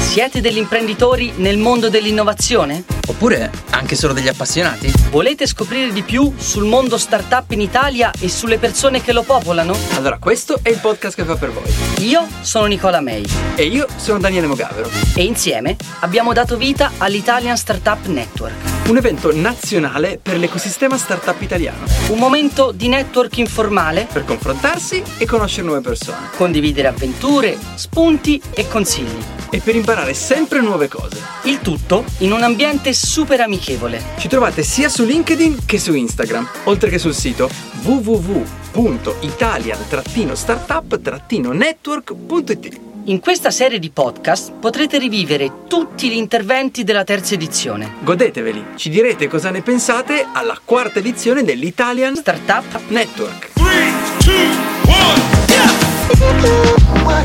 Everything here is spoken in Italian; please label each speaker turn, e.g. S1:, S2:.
S1: Siete degli imprenditori nel mondo dell'innovazione?
S2: Oppure anche solo degli appassionati?
S1: Volete scoprire di più sul mondo startup in Italia e sulle persone che lo popolano?
S2: Allora questo è il podcast che fa per voi.
S1: Io sono Nicola May
S2: E io sono Daniele Mogavero.
S1: e insieme abbiamo dato vita all'Italian Startup Network,
S2: Un evento nazionale per l'ecosistema startup italiano.
S1: un momento di network informale,
S2: Per confrontarsi e conoscere nuove persone.
S1: condividere avventure, spunti e consigli.
S2: E per imparare sempre nuove cose.
S1: Il tutto in un ambiente super amichevole.
S2: Ci trovate sia su LinkedIn che su Instagram, oltre che sul sito www.italian-startup-network.it.
S1: In questa serie di podcast potrete rivivere tutti gli interventi della terza edizione.
S2: Godeteveli, ci direte cosa ne pensate alla quarta edizione dell'Italian
S1: Startup
S2: Network.
S3: Three, two, one, yeah!